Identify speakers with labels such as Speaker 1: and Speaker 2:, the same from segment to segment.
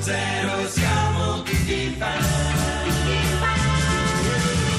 Speaker 1: zero siamo tutti fan.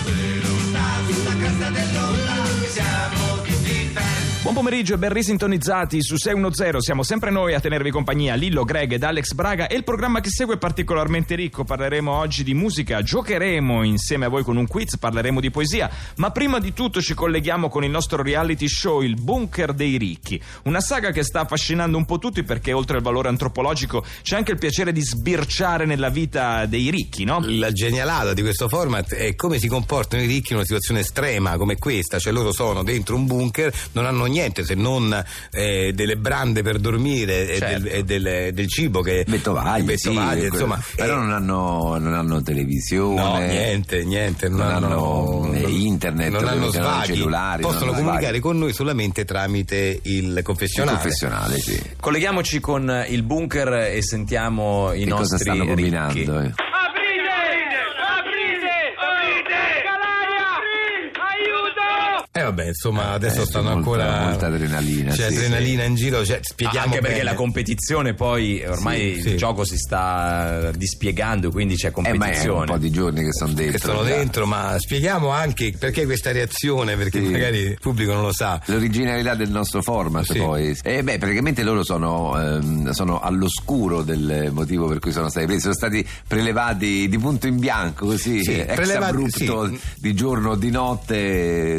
Speaker 1: Zero sulla casa dell'onda siamo tutti fan.
Speaker 2: Buon pomeriggio e ben risintonizzati su 610. Siamo sempre noi a tenervi compagnia, Lillo Greg ed Alex Braga. E il programma che segue è particolarmente ricco. Parleremo oggi di musica, giocheremo insieme a voi con un quiz, parleremo di poesia. Ma prima di tutto ci colleghiamo con il nostro reality show, Il Bunker dei Ricchi. Una saga che sta affascinando un po' tutti perché, oltre al valore antropologico, c'è anche il piacere di sbirciare nella vita dei ricchi, no?
Speaker 3: La genialata di questo format è come si comportano i ricchi in una situazione estrema come questa, cioè loro sono dentro un bunker, non hanno niente se non eh, delle brande per dormire e,
Speaker 2: Certo.
Speaker 3: del, e del- del cibo che...
Speaker 4: Vettovaglie,
Speaker 3: Vettovaglie,
Speaker 4: sì,
Speaker 3: insomma.
Speaker 4: quello. però
Speaker 3: eh,
Speaker 4: non hanno, non hanno televisione.
Speaker 3: No, niente, niente.
Speaker 4: Non hanno, eh,
Speaker 3: non-
Speaker 4: internet,
Speaker 3: non hanno
Speaker 4: ovviamente, non hanno
Speaker 3: svaghi.
Speaker 4: cellulari, non
Speaker 3: Possono
Speaker 4: hanno
Speaker 3: comunicare
Speaker 4: svaghi.
Speaker 3: con noi solamente tramite il
Speaker 4: Il
Speaker 3: confessionale.
Speaker 4: professionale, sì.
Speaker 2: Colleghiamoci con il bunker e sentiamo i
Speaker 4: Che cosa stanno combinando? eh?
Speaker 5: Aprite! Aprite! Aprite! Calaria! Aiuto!
Speaker 3: Eh vabbè, insomma, adesso
Speaker 4: Eh,
Speaker 3: stanno
Speaker 4: molta-
Speaker 3: ancora.
Speaker 4: molta adrenalina,
Speaker 3: C'è
Speaker 4: sì,
Speaker 3: adrenalina in giro, cioè,
Speaker 2: Ah,
Speaker 3: spieghiamo.
Speaker 2: anche perché
Speaker 3: bene.
Speaker 2: la competizione poi ormai
Speaker 3: Sì,
Speaker 2: il
Speaker 3: sì.
Speaker 2: gioco si sta eh, dispiegando quindi c'è
Speaker 4: Eh, ma è un
Speaker 2: competizione
Speaker 4: po' di giorni che sono dentro.
Speaker 3: che sono
Speaker 4: già.
Speaker 3: dentro, ma spieghiamo anche perché questa reazione, perché
Speaker 4: Sì.
Speaker 3: magari il pubblico non lo sa.
Speaker 4: L'originalità del nostro format
Speaker 3: Sì.
Speaker 4: poi. Eh, beh, praticamente loro sono, ehm, sono all'oscuro del motivo per cui sono stati presi, sono stati prelevati di punto in bianco così,
Speaker 3: Sì,
Speaker 4: eh, ex
Speaker 3: prelevati-
Speaker 4: abrupto
Speaker 3: sì.
Speaker 4: di giorno o di notte.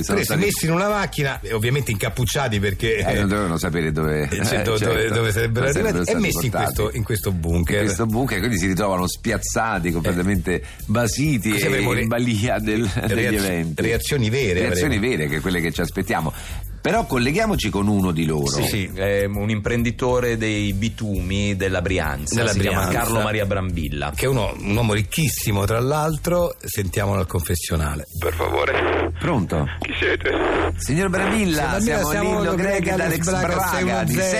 Speaker 4: Sono
Speaker 3: Presi,
Speaker 4: stati
Speaker 3: messi in una macchina, e ovviamente incappucciati perché.
Speaker 4: Eh, non dovevano sapere dove, certo.
Speaker 3: Eh, sì, dove- dove- dove sarebbero
Speaker 4: dove
Speaker 3: arrivati.
Speaker 4: stati
Speaker 3: E messi in
Speaker 4: portati.
Speaker 3: questo- in questo bunker. Eh.
Speaker 4: In questo bunker, quindi si ritrovano spiazzati, completamente basiti
Speaker 3: Così
Speaker 4: e
Speaker 3: avremo re-
Speaker 4: in balia del-
Speaker 3: reaz-
Speaker 4: degli eventi.
Speaker 3: reazioni vere
Speaker 4: Reazioni
Speaker 3: avremo.
Speaker 4: vere, che è quelle che ci aspettiamo. Però colleghiamoci con uno di loro.
Speaker 2: Sì, sì, è un imprenditore dei bitumi della Brianza
Speaker 3: Della
Speaker 2: si chiama
Speaker 3: Brianza.
Speaker 2: Carlo Maria Brambilla
Speaker 3: Che è uno- un uomo ricchissimo, tra l'altro, sentiamolo al confessionale.
Speaker 6: Per favore,
Speaker 4: Pronto?
Speaker 6: chi siete?
Speaker 3: Signor
Speaker 4: Signor Bravilla,
Speaker 3: Bravilla,
Speaker 4: siamo,
Speaker 3: siamo
Speaker 4: Lillo
Speaker 3: Lillo
Speaker 4: Greg
Speaker 3: Greg,
Speaker 4: ed
Speaker 3: Alex
Speaker 4: Alex
Speaker 3: Braga,
Speaker 4: Braga di
Speaker 3: 610.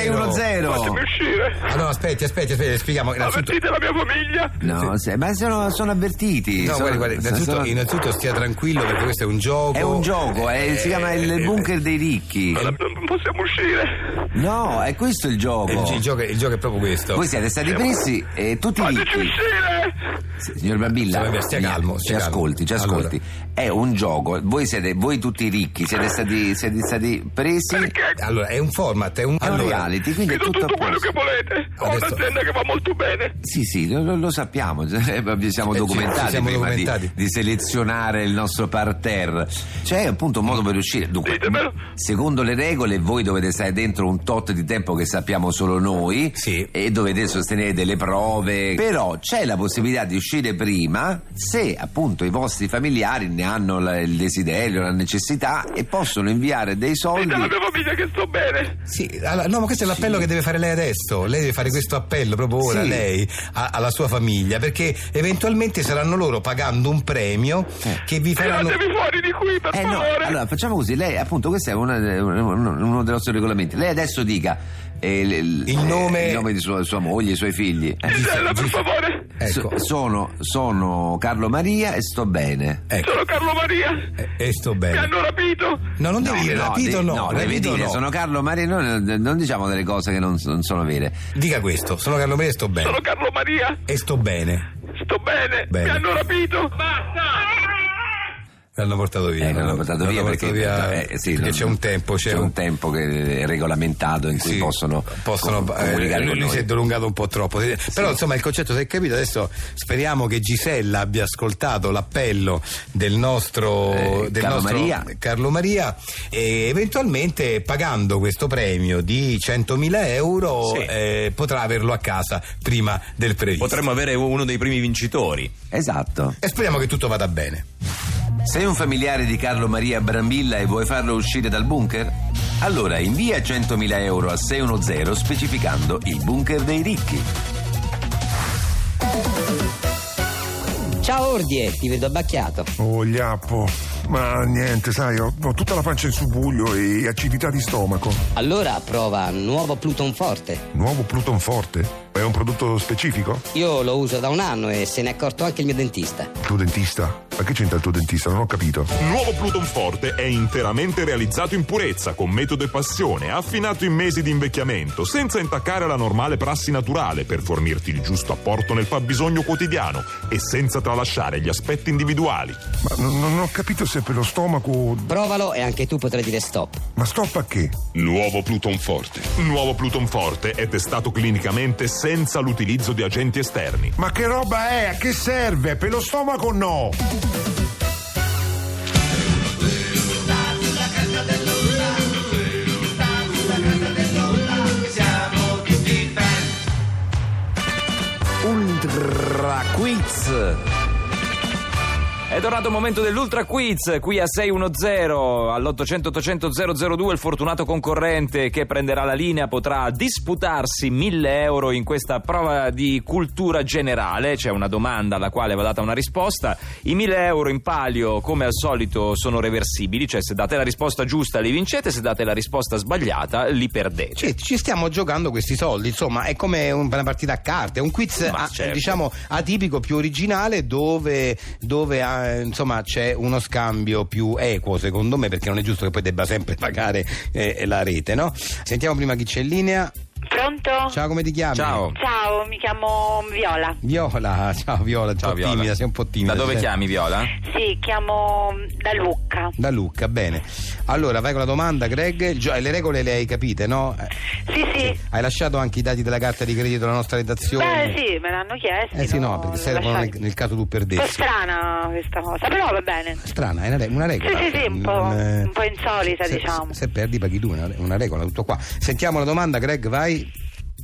Speaker 4: 610.
Speaker 6: Fatemi uscire.
Speaker 3: Allora, Ah, aspetti, aspetti, aspetti, spieghiamo. Innanzitutto,
Speaker 6: Avvertite la mia famiglia.
Speaker 4: No, se- ma sono, sono avvertiti.
Speaker 3: No,
Speaker 4: sono-
Speaker 3: guarda, guarda, innanzitutto,
Speaker 4: sono-
Speaker 3: innanzitutto stia tranquillo perché questo è un gioco. Eh,
Speaker 4: è un gioco, è- si chiama il bunker dei ricchi.
Speaker 6: Non- Non possiamo uscire.
Speaker 4: No, è questo il gioco.
Speaker 3: Eh, Il, il gioco, il gioco eh. è proprio questo.
Speaker 4: Voi siete stati presi e tutti
Speaker 6: Fateci
Speaker 4: ricchi.
Speaker 6: uscire.
Speaker 4: Signor Babilla,
Speaker 3: Signor, stia calmo,
Speaker 4: ci
Speaker 3: stia calmo.
Speaker 4: ascolti, ci ascolti. È un gioco, voi siete, voi tutti ricchi, siete stati, siete stati presi. È
Speaker 6: Perché?
Speaker 3: Allora, è un format, è un,
Speaker 4: un
Speaker 3: allora,
Speaker 4: reality, quindi
Speaker 6: Vi
Speaker 4: è
Speaker 6: do
Speaker 4: tutto a
Speaker 6: tutto quello che
Speaker 4: posto.
Speaker 6: volete. Ho
Speaker 3: Adesso-
Speaker 6: un'azienda che va molto bene.
Speaker 4: Sì, sì, lo, lo- lo sappiamo, eh, vi siamo
Speaker 3: Eh, sì,
Speaker 4: documentati,
Speaker 3: ci siamo
Speaker 4: prima di-
Speaker 3: documentati.
Speaker 4: Di, selezionare il nostro parterre. C'è appunto un modo per uscire. Dunque,
Speaker 6: Ditemelo.
Speaker 4: secondo le regole, voi dovete stare dentro un tot di tempo che sappiamo solo noi
Speaker 3: Sì.
Speaker 4: e dovete sostenere delle prove. Però c'è la possibilità di uscire prima se appunto i vostri familiari ne hanno la- il desiderio, la necessità e possono inviare dei soldi.
Speaker 6: Dite alla mia famiglia che sto bene.
Speaker 3: Sì, allora, no, ma questo è l'appello che deve fare lei adesso. Lei deve fare questo appello proprio ora,
Speaker 4: Sì.
Speaker 3: lei, a- alla sua famiglia, perché eventualmente saranno loro pagando un premio che vi faranno.
Speaker 6: Tiratevi fuori di qui, per
Speaker 4: Eh no,
Speaker 6: favore.
Speaker 4: allora facciamo così, lei appunto questo è una- uno, uno dei nostri regolamenti, lei adesso dica eh, l- l-
Speaker 3: Il nome-
Speaker 4: eh, il nome di sua, sua moglie, i suoi figli. Eh,
Speaker 6: Gisella, per favore.
Speaker 3: Ecco,
Speaker 4: so- sono, sono Carlo Maria e sto bene.
Speaker 3: ecco.
Speaker 6: Sono Carlo Maria. Mi
Speaker 3: Eh, E sto bene.
Speaker 6: hanno rapito.
Speaker 3: No, non devi
Speaker 4: No,
Speaker 3: dire,
Speaker 4: no,
Speaker 3: rapito
Speaker 4: di-
Speaker 3: no.
Speaker 4: no, deve
Speaker 3: rapito
Speaker 4: dire,
Speaker 3: no.
Speaker 4: sono Carlo Maria, non, non diciamo delle cose che non, non sono vere.
Speaker 3: Dica questo, sono Carlo Maria e sto bene.
Speaker 4: Eh.
Speaker 6: Sono Carlo Maria.
Speaker 3: E sto bene.
Speaker 6: Sto bene.
Speaker 3: Bene.
Speaker 6: Mi hanno rapito. Basta.
Speaker 3: L'hanno portato via.
Speaker 4: Eh, l'hanno portato via
Speaker 3: l'hanno
Speaker 4: perché,
Speaker 3: portato via,
Speaker 4: eh, sì,
Speaker 3: perché
Speaker 4: non-
Speaker 3: c'è un tempo, c'è,
Speaker 4: un tempo che è regolamentato in cui
Speaker 3: Sì,
Speaker 4: possono,
Speaker 3: possono,
Speaker 4: com-
Speaker 3: eh,
Speaker 4: comunicare
Speaker 3: lui,
Speaker 4: con
Speaker 3: lui
Speaker 4: noi.
Speaker 3: si è dilungato un po' troppo però insomma il concetto si è capito adesso speriamo che Gisella abbia ascoltato l'appello del nostro,
Speaker 4: Eh,
Speaker 3: del
Speaker 4: Carlo
Speaker 3: nostro
Speaker 4: Maria.
Speaker 3: Carlo Maria e eventualmente pagando questo premio di 100.000 euro
Speaker 2: Sì.
Speaker 3: eh, potrà averlo a casa prima del previsto
Speaker 2: potremmo avere uno dei primi vincitori
Speaker 4: Esatto.
Speaker 3: e speriamo che tutto vada bene
Speaker 4: Sei un familiare di Carlo Maria Brambilla e vuoi farlo uscire dal bunker? Allora invia 100.000 euro a 610 specificando il bunker dei ricchi.
Speaker 7: Ciao Ordie, ti vedo abbacchiato.
Speaker 8: Oh, Iappo, ma niente, sai, ho, ho tutta la pancia in subbuglio e acidità di stomaco.
Speaker 7: Allora prova nuovo Pluton Forte.
Speaker 8: Nuovo Pluton Forte? È un prodotto specifico?
Speaker 7: Io lo uso da un anno e se ne è accorto anche il mio dentista.
Speaker 8: Il tuo dentista? Ma che c'entra il tuo dentista? Non ho capito.
Speaker 9: Nuovo Pluton Forte è interamente realizzato in purezza, con metodo e passione, affinato in mesi di invecchiamento, senza intaccare la normale prassi naturale per fornirti il giusto apporto nel fabbisogno quotidiano e senza tralasciare gli aspetti individuali.
Speaker 8: Ma non, non ho capito se per lo stomaco.
Speaker 7: Provalo e anche tu potrai dire stop.
Speaker 8: Ma stop a che?
Speaker 9: Nuovo Pluton Forte. Nuovo Pluton Forte è testato clinicamente senza l'utilizzo di agenti esterni.
Speaker 8: Ma che roba è? A che serve? Per lo stomaco no!
Speaker 4: Ultra quiz.
Speaker 2: È tornato il momento dell'Ultra Quiz, qui a 610 all'800-800-002 il fortunato concorrente che prenderà la linea potrà disputarsi 1000 euro in questa prova di cultura generale, c'è una domanda alla quale va data una risposta, i 1000 euro in palio come al solito sono reversibili, cioè se date la risposta giusta li vincete, se date la risposta sbagliata li perdete.
Speaker 3: Cioè, ci stiamo giocando questi soldi, insomma, è come un- una partita a carte, un quiz
Speaker 2: Ma
Speaker 3: a-
Speaker 2: certo.
Speaker 3: diciamo atipico, più originale, dove, dove, eh, insomma c'è uno scambio più equo, secondo me, perché non è giusto che poi debba sempre pagare eh, la rete, no? Sentiamo prima chi c'è in linea.
Speaker 10: Pronto?
Speaker 3: Ciao, come ti chiami?
Speaker 2: Ciao.
Speaker 10: Ciao, mi chiamo Viola.
Speaker 3: Viola, ciao Viola, un po'
Speaker 2: Ciao Viola.
Speaker 3: timida, sei un po' timida.
Speaker 2: Da dove
Speaker 3: Sei-
Speaker 2: chiami Viola?
Speaker 10: Sì, chiamo da Lucca.
Speaker 3: Da Lucca, bene. Allora, vai con la domanda, Greg. Il gio- eh, le regole le hai capite, no? Eh,
Speaker 10: Sì, sì.
Speaker 3: Hai lasciato anche i dati della carta di credito alla nostra redazione?
Speaker 10: Beh, sì, me l'hanno chiesto.
Speaker 3: Eh sì, no, perché servono nel, nel caso tu
Speaker 10: Un po'
Speaker 3: perdessi.
Speaker 10: strana questa cosa, però va bene.
Speaker 3: Strana, è una, re- una regola.
Speaker 10: Sì, sì, sì, un po'-
Speaker 3: Non, eh,
Speaker 10: un po' insolita,
Speaker 3: se-
Speaker 10: diciamo.
Speaker 3: Se, se perdi paghi tu, è una, una regola, tutto qua. Sentiamo la domanda, Greg, vai.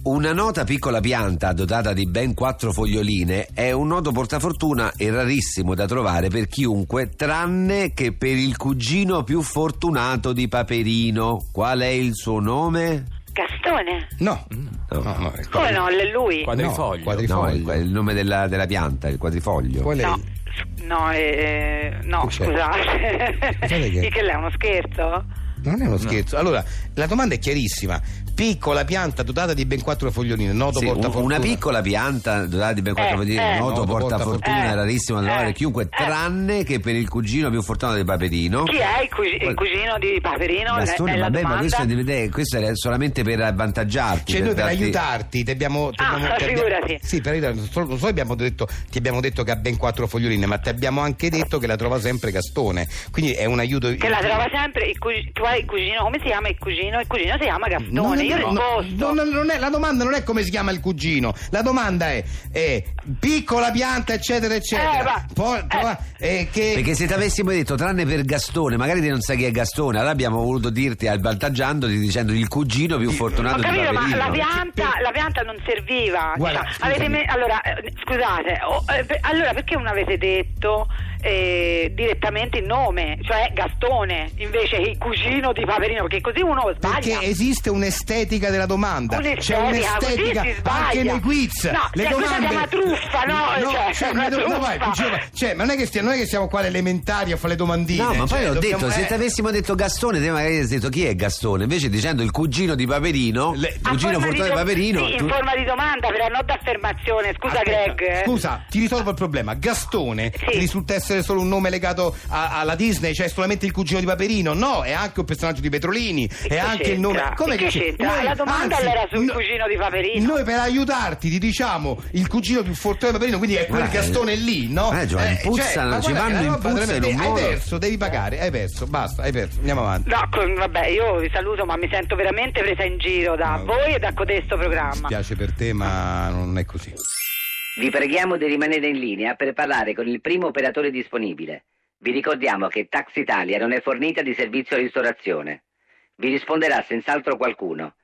Speaker 4: Una nota piccola pianta dotata di ben quattro foglioline è un noto portafortuna e rarissimo da trovare per chiunque, tranne che per il cugino più fortunato di Paperino. Qual è il suo nome?
Speaker 10: Gastone.
Speaker 3: No, no, no. è qua.
Speaker 10: Come no, è lui.
Speaker 3: Qua-
Speaker 2: Quadrifoglio.
Speaker 3: No, quadrifoglio.
Speaker 4: No, il, il nome della, della pianta, il quadrifoglio.
Speaker 3: Qual è?
Speaker 10: No. s- No, eh, no,
Speaker 3: Che c'è?
Speaker 10: scusate.
Speaker 3: Scusate che-
Speaker 10: Sì, che lei è uno scherzo?
Speaker 3: Non è uno scherzo. Allora, la domanda è chiarissima. Piccola pianta dotata di ben quattro foglioline, noto
Speaker 4: Sì, un-
Speaker 3: portafortuna.
Speaker 4: una piccola pianta dotata di ben quattro
Speaker 10: Eh,
Speaker 4: foglioline,
Speaker 10: eh.
Speaker 4: noto
Speaker 3: Noto
Speaker 4: portafortuna
Speaker 10: portafortuna.
Speaker 4: è rarissimo da
Speaker 10: Eh,
Speaker 4: trovare per chiunque,
Speaker 10: eh.
Speaker 4: tranne che per il cugino più fortunato di Paperino.
Speaker 10: Chi è il, cugi- il cugino di Paperino? Le-
Speaker 4: Bastone,
Speaker 10: è la
Speaker 4: vabbè, ma
Speaker 10: domanda.
Speaker 4: questo, è, deve- questo era solamente per avvantaggiarti.
Speaker 3: Cioè, noi per
Speaker 4: darti-
Speaker 3: aiutarti ti abbiamo. ti
Speaker 10: Ah,
Speaker 3: abbiamo- ti abbiamo-
Speaker 10: figurati.
Speaker 3: Sì, per aiutarti. Non solo- non solo abbiamo detto, ti abbiamo detto che ha ben quattro foglioline, ma ti abbiamo anche detto che la trova sempre Gastone. Quindi è un aiuto.
Speaker 10: Che la trova sempre il, cugi- tu hai il cugino, come si chiama il cugino? Il cugino si chiama Gastone.
Speaker 3: No, no,
Speaker 10: Io
Speaker 3: no, no,
Speaker 10: risposto.
Speaker 3: no, no, non è- la domanda non è come si chiama il cugino, la domanda è, è piccola pianta, eccetera, eccetera.
Speaker 10: Eh, va.
Speaker 3: Poi,
Speaker 10: Eh.
Speaker 3: poi, eh, che-
Speaker 4: Perché se ti avessimo detto, tranne per Gastone, magari te non sai chi è Gastone, allora abbiamo voluto dirti, avvantaggiandoti, dicendo il cugino più
Speaker 10: Ho
Speaker 4: fortunato di
Speaker 10: capito, ma
Speaker 4: Paperino.
Speaker 10: la pianta, la pianta non serviva.
Speaker 3: Guarda,
Speaker 10: Cioè,
Speaker 3: scusami.
Speaker 10: avete me- allora, eh, scusate, oh, eh, per- allora perché non avete detto eh, direttamente il nome, cioè Gastone, invece che il cugino di Paperino? Perché così uno
Speaker 3: Perché
Speaker 10: sbaglia.
Speaker 3: esiste un'estetica della domanda,
Speaker 10: Un'estetica,
Speaker 3: c'è un'estetica
Speaker 10: così si sbaglia.
Speaker 3: anche nei quiz.
Speaker 10: No,
Speaker 3: le
Speaker 10: cioè, questa
Speaker 3: domande...
Speaker 10: è una truffa, no? Cioè,
Speaker 3: cioè,
Speaker 10: è
Speaker 3: ma
Speaker 10: una
Speaker 3: do- no, vai,
Speaker 10: truffa.
Speaker 3: diceva- cioè, ma non è che stiamo, non è che siamo qua alle elementari a fare le domandine.
Speaker 4: No,
Speaker 3: cioè,
Speaker 4: ma poi ho
Speaker 3: dobbiamo-
Speaker 4: detto, se
Speaker 3: eh,
Speaker 4: ti avessimo detto Gastone, te magari avresti detto chi è Gastone, invece dicendo il cugino di Paperino, il
Speaker 10: A
Speaker 4: cugino
Speaker 10: forma di
Speaker 4: fortunato di
Speaker 10: do-
Speaker 4: Paperino,
Speaker 10: sì, in
Speaker 4: tu-
Speaker 10: forma di domanda, però non d'affermazione. Scusa,
Speaker 3: aspetta,
Speaker 10: Greg. eh.
Speaker 3: Scusa, ti risolvo il problema. Gastone
Speaker 10: Sì.
Speaker 3: risulta essere solo un nome legato a- alla Disney, cioè solamente il cugino di Paperino. No, è anche un personaggio di Petrolini.
Speaker 10: che
Speaker 3: è anche il
Speaker 10: c'entra?
Speaker 3: nome.
Speaker 10: E che c'entra?
Speaker 3: noi-
Speaker 10: La domanda
Speaker 3: anzi,
Speaker 10: era sul
Speaker 3: no-
Speaker 10: cugino di Paperino.
Speaker 3: Noi per aiutarti ti diciamo il cugino più fortunato di Paperino, quindi è quel
Speaker 4: Guarda,
Speaker 3: Gastone lì, no? cioè,
Speaker 4: eh, Giovanni, puzzano,
Speaker 3: ma guarda
Speaker 4: ci
Speaker 3: che
Speaker 4: vanno
Speaker 3: la
Speaker 4: in
Speaker 3: roba
Speaker 4: puzza e
Speaker 3: veramente-
Speaker 4: non
Speaker 3: Hai
Speaker 4: muoiono.
Speaker 3: perso, devi pagare, hai perso, basta, hai perso. Andiamo avanti.
Speaker 10: No, con- vabbè, io vi saluto, ma mi sento veramente presa in giro da
Speaker 3: No.
Speaker 10: voi e da codesto
Speaker 3: Mi
Speaker 10: programma.
Speaker 3: spiace per te, ma non è così.
Speaker 7: Vi preghiamo di rimanere in linea per parlare con il primo operatore disponibile. Vi ricordiamo che Tax Italia non è fornita di servizio ristorazione. Vi risponderà senz'altro qualcuno.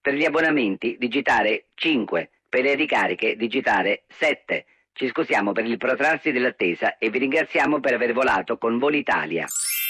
Speaker 7: Per gli abbonamenti digitare 5, per le ricariche digitare 7. Ci scusiamo per il protrarsi dell'attesa e vi ringraziamo per aver volato con Volitalia.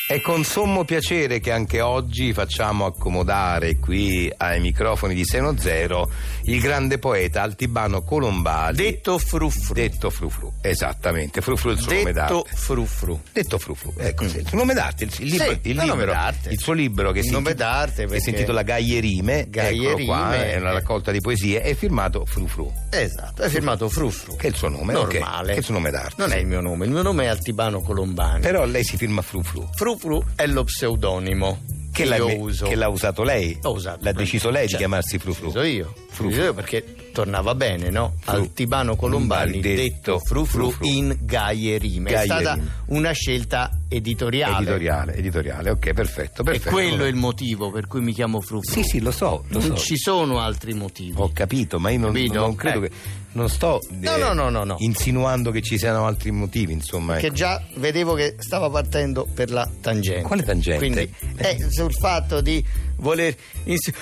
Speaker 3: È con sommo piacere che anche oggi facciamo accomodare qui ai microfoni di Seno Zero il grande poeta Altibano Colombali. Detto Frufru. Detto Frufru, esattamente. Frufru è il suo nome d'arte.
Speaker 6: Detto frufru.
Speaker 3: Detto Frufru, ecco sì. Il suo nome d'arte, il, il libro,
Speaker 6: Sì,
Speaker 3: il,
Speaker 6: ma nome
Speaker 3: libro
Speaker 6: d'arte.
Speaker 3: il suo libro che
Speaker 6: Il
Speaker 3: si,
Speaker 6: nome
Speaker 3: intitola- che
Speaker 6: d'arte,
Speaker 3: si
Speaker 6: perché-
Speaker 3: intitola Gaglierime, eccolo qua,
Speaker 6: Gaglierime,
Speaker 3: è una
Speaker 6: eh.
Speaker 3: raccolta di poesie, è firmato Frufru,
Speaker 6: Esatto, è firmato Frufru.
Speaker 3: che è il suo nome, ok,
Speaker 6: Normale.
Speaker 3: che è il suo nome d'arte.
Speaker 6: Non è il mio nome, il mio nome è Altibano Colombani.
Speaker 3: Però lei si firma Frufru.
Speaker 6: Frufru è lo pseudonimo che,
Speaker 3: Che l'ha,
Speaker 6: io uso.
Speaker 3: che l'ha usato lei?
Speaker 6: L'ho usato.
Speaker 3: L'ha deciso lei di
Speaker 6: Cioè,
Speaker 3: chiamarsi Frufru.
Speaker 6: Uso io.
Speaker 3: Frufru.
Speaker 6: Uso io perché tornava bene, no? Altibano Colombani,
Speaker 3: Colombani, detto
Speaker 6: detto Frufru
Speaker 3: Frufru.
Speaker 6: in Gaie Rime. È
Speaker 3: Gaie
Speaker 6: stata
Speaker 3: Rime.
Speaker 6: una scelta editoriale.
Speaker 3: Editoriale, editoriale, ok, perfetto,
Speaker 6: E
Speaker 3: perfetto.
Speaker 6: quello è il motivo per cui mi chiamo Frufru.
Speaker 3: Sì, sì, lo so, lo so.
Speaker 6: Non ci sono altri motivi.
Speaker 3: Ho capito, ma io non,
Speaker 6: Capito?
Speaker 3: non credo
Speaker 6: Eh.
Speaker 3: che. Non sto
Speaker 6: No, no, no, no, no.
Speaker 3: insinuando che ci siano altri motivi, insomma.
Speaker 6: Che
Speaker 3: ecco.
Speaker 6: già vedevo che stava partendo per la tangente.
Speaker 3: Quale tangente?
Speaker 6: Quindi, eh, sul fatto di voler. ins-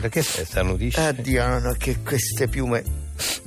Speaker 3: Perché se starnutisce?
Speaker 6: Ah, Diana, che queste piume.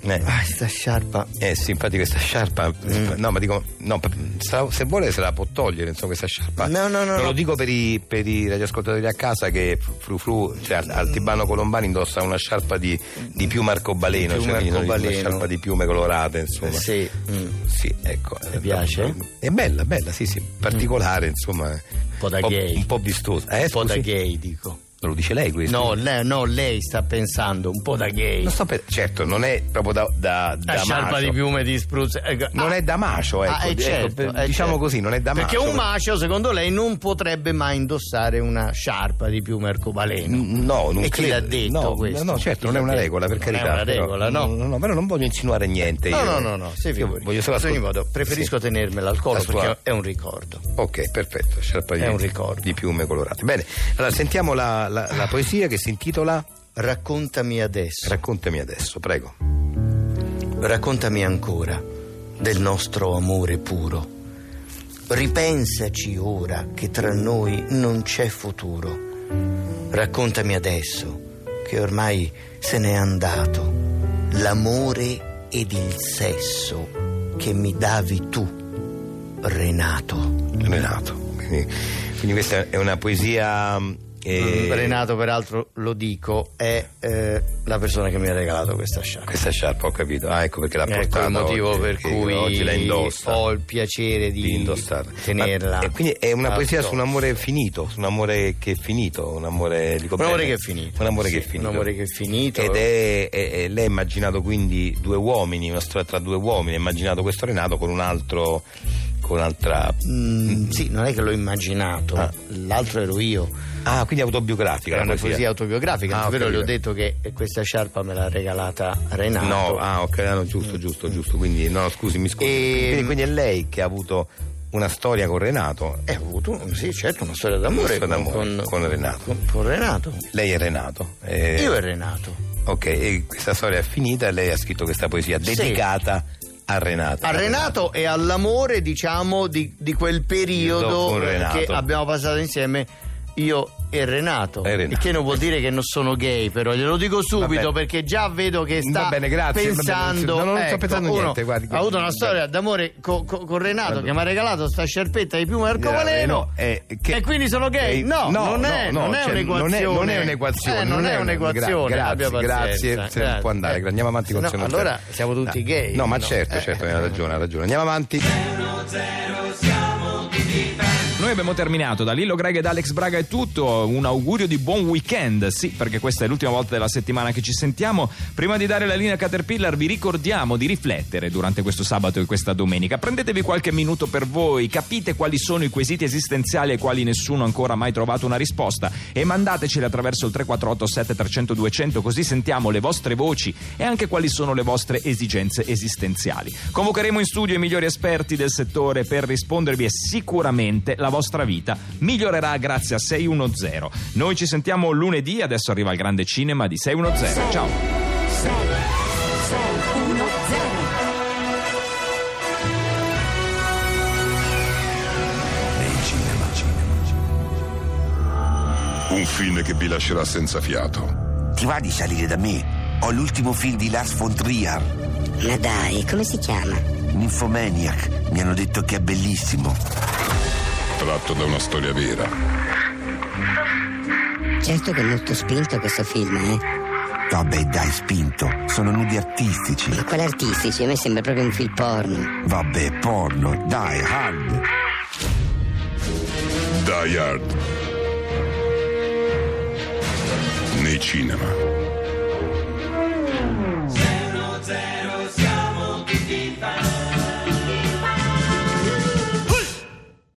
Speaker 3: Eh.
Speaker 6: Ah, sta sciarpa.
Speaker 3: Eh sì, infatti questa sciarpa.
Speaker 6: Mm.
Speaker 3: No, ma dico. No, per- se se vuole se la può togliere, insomma, questa sciarpa.
Speaker 6: No, no, no,
Speaker 3: Non
Speaker 6: no.
Speaker 3: lo dico per i, per i radioascoltatori a casa che Fru Fru, cioè Al- Altibano Colombani indossa una sciarpa di, di piuma arcobaleno,
Speaker 6: Di piuma
Speaker 3: cioè quindi sono
Speaker 6: arcobaleno.
Speaker 3: una sciarpa di piume colorate, insomma.
Speaker 6: Eh, sì, mm.
Speaker 3: Sì, ecco. Eh,
Speaker 6: piace? Mm.
Speaker 3: È bella, bella, sì, sì. Particolare, insomma. Un
Speaker 6: po' da gay.
Speaker 3: Un po' vistosa. Eh,
Speaker 6: un po' da
Speaker 3: scusi?
Speaker 6: gay, dico.
Speaker 3: Lo dice lei questo?
Speaker 6: No, lei, no, lei sta pensando un po' da gay.
Speaker 3: Non sto per- certo, non è proprio da, da,
Speaker 6: La
Speaker 3: da
Speaker 6: sciarpa
Speaker 3: macio.
Speaker 6: di piume di spruzzo. Ecco,
Speaker 3: Non
Speaker 6: ah,
Speaker 3: è da macio, ecco.
Speaker 6: ah, è
Speaker 3: ecco,
Speaker 6: certo,
Speaker 3: per-
Speaker 6: è
Speaker 3: diciamo
Speaker 6: certo.
Speaker 3: così, non è da
Speaker 6: Perché
Speaker 3: macio.
Speaker 6: un macio, secondo lei, non potrebbe mai indossare una sciarpa di piume arcobaleno.
Speaker 3: Mm, No, non
Speaker 6: E chi
Speaker 3: credo.
Speaker 6: l'ha detto
Speaker 3: no,
Speaker 6: questo?
Speaker 3: No, no, certo,
Speaker 6: Chi
Speaker 3: non è
Speaker 6: l'ha
Speaker 3: una
Speaker 6: detto?
Speaker 3: regola, per
Speaker 6: Non è
Speaker 3: carità.
Speaker 6: una
Speaker 3: esatto, però-
Speaker 6: regola, no.
Speaker 3: No, no, però non voglio insinuare niente.
Speaker 6: No,
Speaker 3: io.
Speaker 6: no, no, no, si
Speaker 3: Io
Speaker 6: figuri.
Speaker 3: voglio solo
Speaker 6: Ad ogni
Speaker 3: ascolt-
Speaker 6: modo, preferisco
Speaker 3: Sì.
Speaker 6: tenermela al collo
Speaker 3: Ascolta.
Speaker 6: perché è un ricordo.
Speaker 3: Ok, perfetto, sciarpa di,
Speaker 6: È un ricordo.
Speaker 3: di piume colorate. Bene, allora sentiamo la, la- la poesia che si intitola
Speaker 6: Raccontami adesso.
Speaker 3: Raccontami adesso, prego.
Speaker 6: Raccontami ancora del nostro amore puro. Ripensaci ora che tra noi non c'è futuro. Raccontami adesso che ormai se n'è andato l'amore ed il sesso che mi davi tu, Renato.
Speaker 3: Renato. Quindi, quindi questa è una poesia. mm, eh,
Speaker 6: Renato, peraltro, lo dico, è eh, la persona che mi ha regalato questa sciarpa.
Speaker 3: Questa sciarpa, ho capito. Ah, ecco perché l'ha
Speaker 6: Ecco
Speaker 3: portata.
Speaker 6: il motivo
Speaker 3: oggi,
Speaker 6: per
Speaker 3: che
Speaker 6: cui
Speaker 3: oggi la indossa.
Speaker 6: ho il piacere di,
Speaker 3: di indossarla.
Speaker 6: tenerla.
Speaker 3: Ma- e quindi è una
Speaker 6: Ah,
Speaker 3: poesia
Speaker 6: no.
Speaker 3: su un amore finito, su un amore che è finito, un amore dico
Speaker 6: Un amore
Speaker 3: bene?
Speaker 6: che è finito.
Speaker 3: Un amore
Speaker 6: Sì,
Speaker 3: che è finito.
Speaker 6: un amore che è finito.
Speaker 3: Ed è, è- è- lei ha immaginato quindi due uomini, una storia tra due uomini, ha immaginato questo Renato con un altro con un'altra
Speaker 6: Mm, sì, non è che l'ho immaginato,
Speaker 3: Ah.
Speaker 6: l'altro ero io.
Speaker 3: Ah, quindi autobiografica,
Speaker 6: Era
Speaker 3: la
Speaker 6: una poesia autobiografica,
Speaker 3: Ah, ho
Speaker 6: ovvero le ho
Speaker 3: capito.
Speaker 6: detto che questa sciarpa me l'ha regalata Renato. Mm.
Speaker 3: No, ah, ok, ah, no, giusto, giusto, giusto. Quindi no, scusi, mi scusi.
Speaker 6: E-
Speaker 3: Quindi, quindi è lei che ha avuto una storia con Renato.
Speaker 6: E Eh, ho avuto, sì, certo, una storia
Speaker 3: Una
Speaker 6: d'amore,
Speaker 3: storia d'amore con Renato.
Speaker 6: Con, con Renato.
Speaker 3: Lei è Renato. eh,
Speaker 6: Io e Renato.
Speaker 3: Ok, e questa storia è finita e lei ha scritto questa poesia
Speaker 6: Sì.
Speaker 3: dedicata a Renato.
Speaker 6: A Renato e all'amore, diciamo, di, di quel
Speaker 3: Io
Speaker 6: periodo
Speaker 3: con Renato.
Speaker 6: che abbiamo passato insieme io e Renato.
Speaker 3: E Renato.
Speaker 6: Il che non vuol dire che non sono gay, però glielo dico
Speaker 3: bene.
Speaker 6: subito perché già vedo che sta
Speaker 3: Va bene, grazie, va bene,
Speaker 6: pensando.
Speaker 3: no, non sto
Speaker 6: Ecco,
Speaker 3: pensando
Speaker 6: uno
Speaker 3: niente, guardi,
Speaker 6: ha avuto una
Speaker 3: va
Speaker 6: storia
Speaker 3: bene.
Speaker 6: d'amore co- co- con Renato
Speaker 3: Guarda.
Speaker 6: che mi ha regalato sta sciarpetta di piuma arcobaleno.
Speaker 3: eh, che-
Speaker 6: E quindi sono gay?
Speaker 3: Eh,
Speaker 6: No, non è,
Speaker 3: no,
Speaker 6: non è
Speaker 3: cioè,
Speaker 6: un'equazione.
Speaker 3: Non è, non è un'equazione.
Speaker 6: Eh, non è
Speaker 3: una-
Speaker 6: un'equazione,
Speaker 3: Gra-
Speaker 6: abbia
Speaker 3: grazie, grazie,
Speaker 6: pazienza,
Speaker 3: se ne
Speaker 6: grazie.
Speaker 3: può andare.
Speaker 6: Eh.
Speaker 3: Andiamo avanti con
Speaker 6: No,
Speaker 3: se non
Speaker 6: allora
Speaker 3: c'è.
Speaker 6: siamo tutti
Speaker 3: No.
Speaker 6: gay,
Speaker 3: No, ma
Speaker 6: no?
Speaker 3: certo,
Speaker 6: Eh.
Speaker 3: certo, hai ragione, ha ragione. Andiamo avanti.
Speaker 2: Noi abbiamo terminato, da Lillo Greg ed Alex Braga è tutto, un augurio di buon weekend, sì perché questa è l'ultima volta della settimana che ci sentiamo, prima di dare la linea a Caterpillar vi ricordiamo di riflettere durante questo sabato e questa domenica, prendetevi qualche minuto per voi, capite quali sono i quesiti esistenziali ai quali nessuno ancora ha mai trovato una risposta e mandateceli attraverso il 348 7300 200 così sentiamo le vostre voci e anche quali sono le vostre esigenze esistenziali. Convocheremo in studio i migliori esperti del settore per rispondervi e sicuramente la vostra vita migliorerà grazie a 610. Noi ci sentiamo lunedì, adesso arriva il grande cinema di 610. Ciao!
Speaker 11: 6 6 1 0
Speaker 9: Un film che vi lascerà senza fiato.
Speaker 12: Ti va di salire da me? Ho l'ultimo film di Lars von Trier,
Speaker 11: Ma dai, come si chiama?
Speaker 12: Nymphomaniac. Mi hanno detto che è bellissimo.
Speaker 9: tratto da una storia vera.
Speaker 7: Certo che è molto spinto questo film, eh?
Speaker 4: No, beh, dai, spinto. Sono nudi artistici.
Speaker 7: Ma quale artistici? A me sembra proprio un film porno.
Speaker 4: Vabbè, porno. Dai, hard.
Speaker 9: Die Hard. Nei cinema.